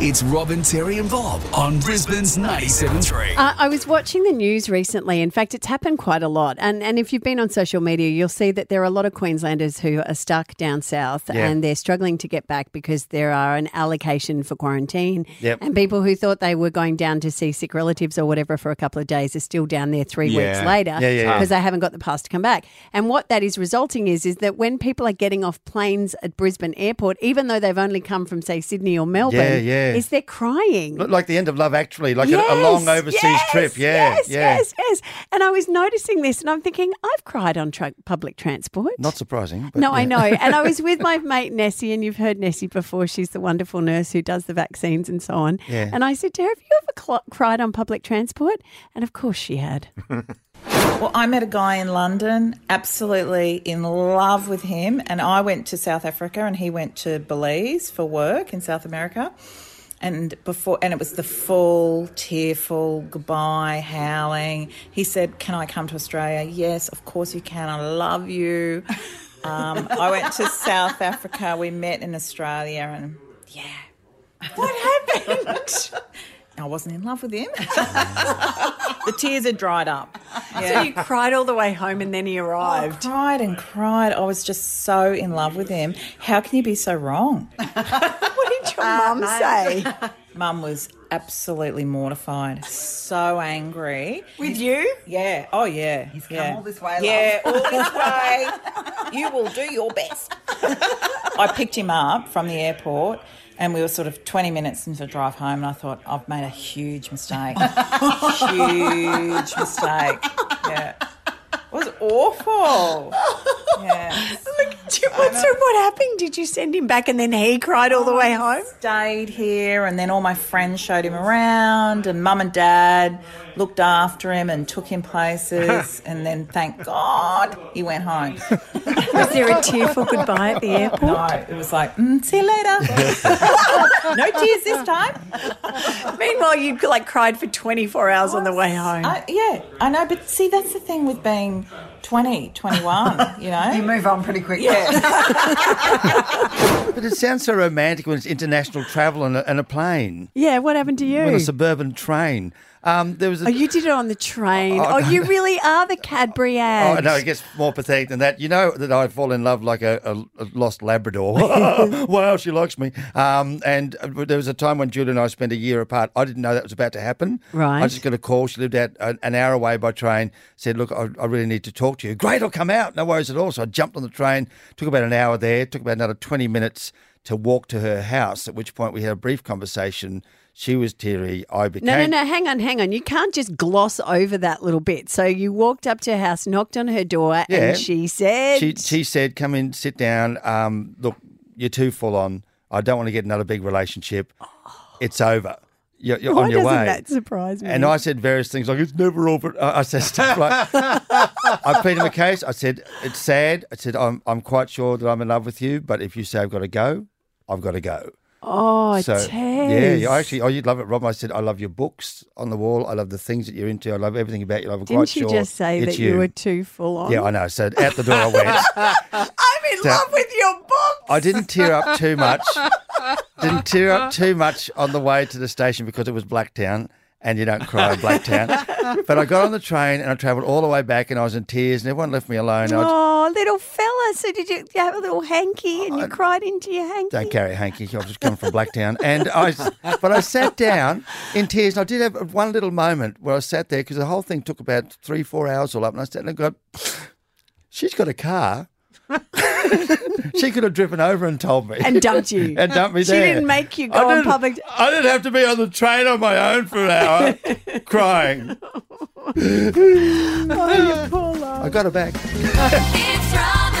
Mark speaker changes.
Speaker 1: It's Robin, Terry, and Bob on Brisbane's 97.3.
Speaker 2: Uh, I was watching the news recently. In fact, it's happened quite a lot. And and if you've been on social media, you'll see that there are a lot of Queenslanders who are stuck down south
Speaker 3: Yeah.
Speaker 2: and they're struggling to get back because there are an allocation for quarantine.
Speaker 3: Yep.
Speaker 2: And people who thought they were going down to see sick relatives or whatever for a couple of days are still down there three weeks
Speaker 3: Yeah.
Speaker 2: later
Speaker 3: Yeah, yeah, yeah.
Speaker 2: because they haven't got the pass to come back. And what that is resulting is is that when people are getting off planes at Brisbane Airport, even though they've only come from say Sydney or Melbourne,
Speaker 3: yeah.
Speaker 2: is they're crying.
Speaker 3: Look like the end of love, actually, like a, a long
Speaker 2: Yes,
Speaker 3: overseas
Speaker 2: yes,
Speaker 3: trip. Yeah,
Speaker 2: yes,
Speaker 3: yeah.
Speaker 2: yes, yes. And I was noticing this, and I'm thinking, I've cried on tra- public transport.
Speaker 3: Not surprising. But
Speaker 2: no, I
Speaker 3: yeah.
Speaker 2: know. And I was with my mate Nessie, and you've heard Nessie before. She's the wonderful nurse who does the vaccines and so on.
Speaker 3: Yeah.
Speaker 2: And I said to her, Have you ever cl- cried on public transport? And of course she had.
Speaker 4: Well, I met a guy in London, absolutely in love with him, and I went to South Africa and he went to Belize for work in South America. And before and it was the full tearful goodbye howling. He said, "Can I come to Australia?" Yes, of course you can. I love you. Um, I went to South Africa. We met in Australia, and yeah, what happened? I wasn't in love with him. the tears had dried up.
Speaker 2: So you cried all the way home, and then he
Speaker 4: I
Speaker 2: arrived.
Speaker 4: cried and cried. I was just so in love with him. How can you be so wrong?
Speaker 2: What did your mum say?
Speaker 4: Mum was absolutely mortified, so angry.
Speaker 2: With you?
Speaker 4: Yeah. Oh, yeah. He's
Speaker 5: come all this way,
Speaker 4: Yeah, all this way. You will do your best. I picked him up from the airport. And we were sort of 20 minutes into the drive home, and I thought, I've made a huge mistake. huge mistake. Yeah. It was awful. Yeah.
Speaker 2: Do you- what, so what happened? Did you send him back, and then he cried all the way home?
Speaker 4: stayed here and then all my friends showed him around and mum and dad looked after him and took him places and then thank god he went home
Speaker 2: Was there a tearful goodbye at the airport?
Speaker 4: no it was like mm, see you later no tears this time
Speaker 2: Meanwhile, you like cried for 24 hours on the way home.
Speaker 4: I, yeah i know but see that's the thing with being 20 21 you know
Speaker 5: You move on pretty quickly.
Speaker 3: But it sounds so romantic when it's international travel and a, and a plane,
Speaker 2: yeah, what happened to
Speaker 3: on
Speaker 2: you?
Speaker 3: a suburban train. Um, there was a,
Speaker 2: Oh, you did it on the train. Oh, you really are the Cadbury ad.
Speaker 3: Oh, no, it gets more pathetic than that. You know that I fall in love like a, a, a lost Labrador. wow, she likes me. Um, and uh, there was a time when Julia and I spent a year apart. I didn't know that was about to happen.
Speaker 2: Right.
Speaker 3: I just got a call. She lived out a- an hour away by train. Said, look, I, I really need to talk to you. Great, I'll come out. No worries at all. So I jumped on the train. Took about an hour there. Took about another 20 minutes to walk to her house, at which point we had a brief conversation. She was teary. I became...
Speaker 2: No, no, no, hang on, hang on. You can't just gloss over that little bit. So you walked up to her house, knocked on her door,
Speaker 3: Yeah.
Speaker 2: and she said,
Speaker 3: she she said, "Come in, sit down. Um, look, you're too full on. I don't want to get another big relationship. It's over. You're, you're
Speaker 2: Why
Speaker 3: on your
Speaker 2: doesn't
Speaker 3: way."
Speaker 2: that surprise me?
Speaker 3: and I said various things like, "It's never over." I I said stuff like, "I pleaded my case. I said it's sad. I said I'm I'm quite sure that I'm in love with you, but if you say I've got to go, I've got to go."
Speaker 2: Oh,
Speaker 3: So yeah,
Speaker 2: Tess.
Speaker 3: yeah, I actually, oh, you'd love it, Rob. I said, I love your books on the wall. I love the things that you're into. I love everything about you. I'm
Speaker 2: Didn't
Speaker 3: quite
Speaker 2: she
Speaker 3: sure
Speaker 2: just say
Speaker 3: it's
Speaker 2: that you. were too full on?
Speaker 3: Yeah, I know. So out the door I went.
Speaker 2: I'm in
Speaker 3: So-
Speaker 2: love with your book.
Speaker 3: I didn't tear up too much. didn't tear up too much on the way to the station because it was Blacktown. And you don't cry in Blacktown. but I got on the train and I travelled all the way back and I was in tears and everyone left me alone. I was,
Speaker 2: Oh, little fella. So did you, you have a little hanky and you cried into your hanky?
Speaker 3: don't carry a hanky. I was just coming from Blacktown. And I, but I sat down in tears. And I did have one little moment where I sat there because the whole thing took about three, four hours all up. And I sat there and I got, she's got a car. she could have driven over and told me.
Speaker 2: and dumped you.
Speaker 3: and dump me
Speaker 2: She
Speaker 3: there.
Speaker 2: didn't make you go
Speaker 3: I
Speaker 2: on
Speaker 3: didn't-
Speaker 2: public-
Speaker 3: I didn't have to be on the train on my own for an hour crying.
Speaker 2: oh, you poor love.
Speaker 3: I got her back.
Speaker 6: It's Robin.